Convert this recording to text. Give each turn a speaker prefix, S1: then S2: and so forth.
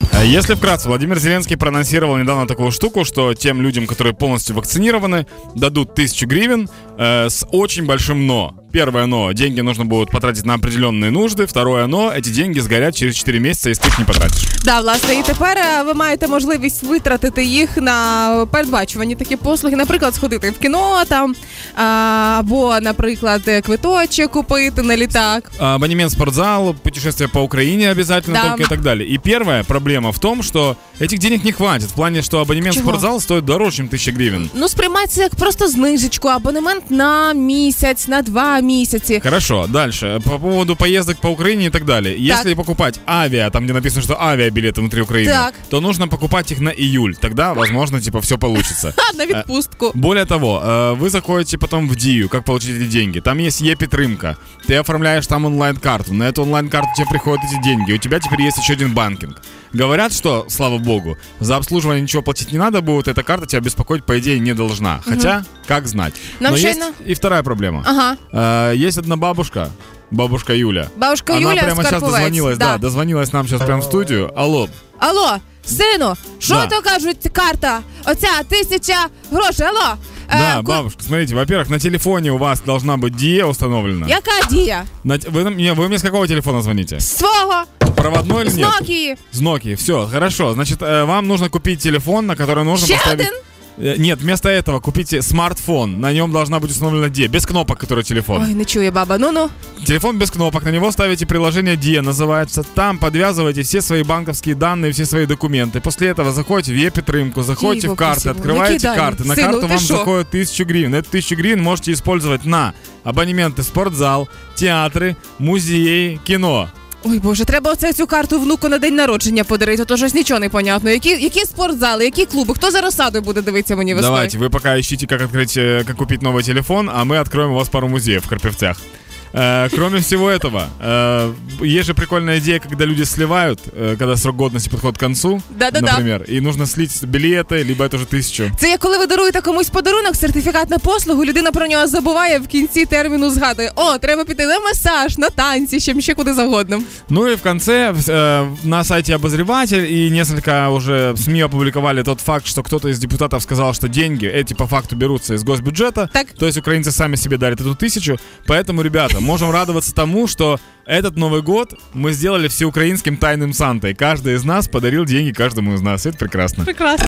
S1: Э, Если вкратце, Владимир Зеленский проанонсировал недавно такую штуку, что тем людям, которые полностью вакцинированы, дадут тысячу гривен э, с очень большим «но». Первое «но» — деньги нужно будет потратить на определенные нужды. Второе «но» — эти деньги сгорят через 4 місяці, якщо ти їх не потратиш.
S2: Да, власне, і тепер е, ви маєте можливість витратити їх на передбачувані такі послуги. Наприклад, сходити в кіно там а, або, наприклад, е, квиточок купити на літак.
S1: А, Абонемент в спортзал, путешествие по Украине обязательно
S2: Да.
S1: только и так далее. И первая проблема в том, что этих денег не хватит. В плане, что абонемент
S2: Чего?
S1: в спортзал стоит дороже, чем 1000 гривен.
S2: Ну, сприймається як просто знижечку, абонемент на місяць, на два місяці.
S1: Хорошо, дальше. По поводу поездок по Украине и так далее. Если покупать авиа, там где написано, что авиабилеты внутри Украины,
S2: Так.
S1: то нужно покупать их на июль. Тогда, возможно, типа все получится.
S2: А, на відпустку.
S1: Более того, э, вы заходите потом в Дию, как получить эти деньги. Там есть Е-Петрымка. Ты оформляешь там онлайн-карту. На эту онлайн-карту тебе приходят эти деньги. У тебя теперь есть еще один банкинг. Говорят, что, слава богу, за обслуживание ничего платить не надо будет. Эта карта тебя беспокоить, по идее, не должна. Хотя, как знать.
S2: Нам
S1: Но есть
S2: щойно-
S1: и вторая проблема.
S2: Ага.
S1: Э, Есть одна бабушка, бабушка Юля.
S2: Бабушка
S1: Она
S2: Юля
S1: прямо сейчас
S2: Скарповець.
S1: дозвонилась, да. дозвонилась нам сейчас прямо в студию. Алло,
S2: Алло, сину, що
S1: Да.
S2: то кажуть карта? Оця тисяча грошей. Алло. Е,
S1: да,
S2: Э, ку-
S1: бабушка, смотрите, во-первых, на телефоне у вас должна быть DE установлена.
S2: Яка дія?
S1: На те- вы, нам- не, вы мне с какого телефона звоните?
S2: Свого,
S1: Проводной или
S2: з
S1: нет?
S2: Нокії.
S1: С Nokia. Все, хорошо. Значит, э, вам нужно купить телефон, на который нужно
S2: Ще
S1: поставить...
S2: один?
S1: Э, Нет, вместо этого купите смартфон. На нем должна быть установлена DE. Без кнопок, который телефон.
S2: Ой, не чує баба. Ну ну.
S1: Телефон без кнопок, на него ставите приложение DIA, называется. Там подвязываете все свои банковские данные, все свои документы. После этого заходите в Е-Петрымку, заходите
S2: Диво,
S1: в карты,
S2: спасибо.
S1: открываете
S2: Накидали.
S1: карты. На
S2: Сыну,
S1: карту
S2: ты
S1: вам
S2: шо?
S1: заходит 1000 гривен. Эту 1000 гривен можете использовать на абонементы в спортзал, театры, музеи, кино.
S2: Ой Боже, треба оце цю карту внуку на день народження подарити, то щось нічого не понятно. Які, які спортзали, які клуби? Хто за розсадою буде дивитися мені весною?
S1: Давайте, вы пока ищите, как открыть, э, как купить новый телефон, а мы откроем у вас пару музеев в Карпевцах. Э, Кроме всего этого, э, есть же прикольная идея, когда люди сливают, э, когда срок годности подходит к концу,
S2: Да-да-да.
S1: например, и нужно слить билеты, либо это уже тысячу.
S2: Це як коли ви даруєте комусь подарунок, сертифікат на послугу, людина про нього забуває в кінці терміну згадує. О, треба піти на масаж, на танці, ще, ще куди завгодно.
S1: Ну и в конце э, на сайте обозреватель и несколько уже СМИ опубликовали тот факт, что кто-то из депутатов сказал, что деньги эти по факту берутся из госбюджета.
S2: Так.
S1: То есть украинцы сами себе дарят эту тысячу. Поэтому, ребята, можем радоваться тому, что этот Новый год мы сделали всеукраинским тайным Сантой. Каждый из нас подарил деньги каждому из нас. Это прекрасно.
S2: Прекрасно.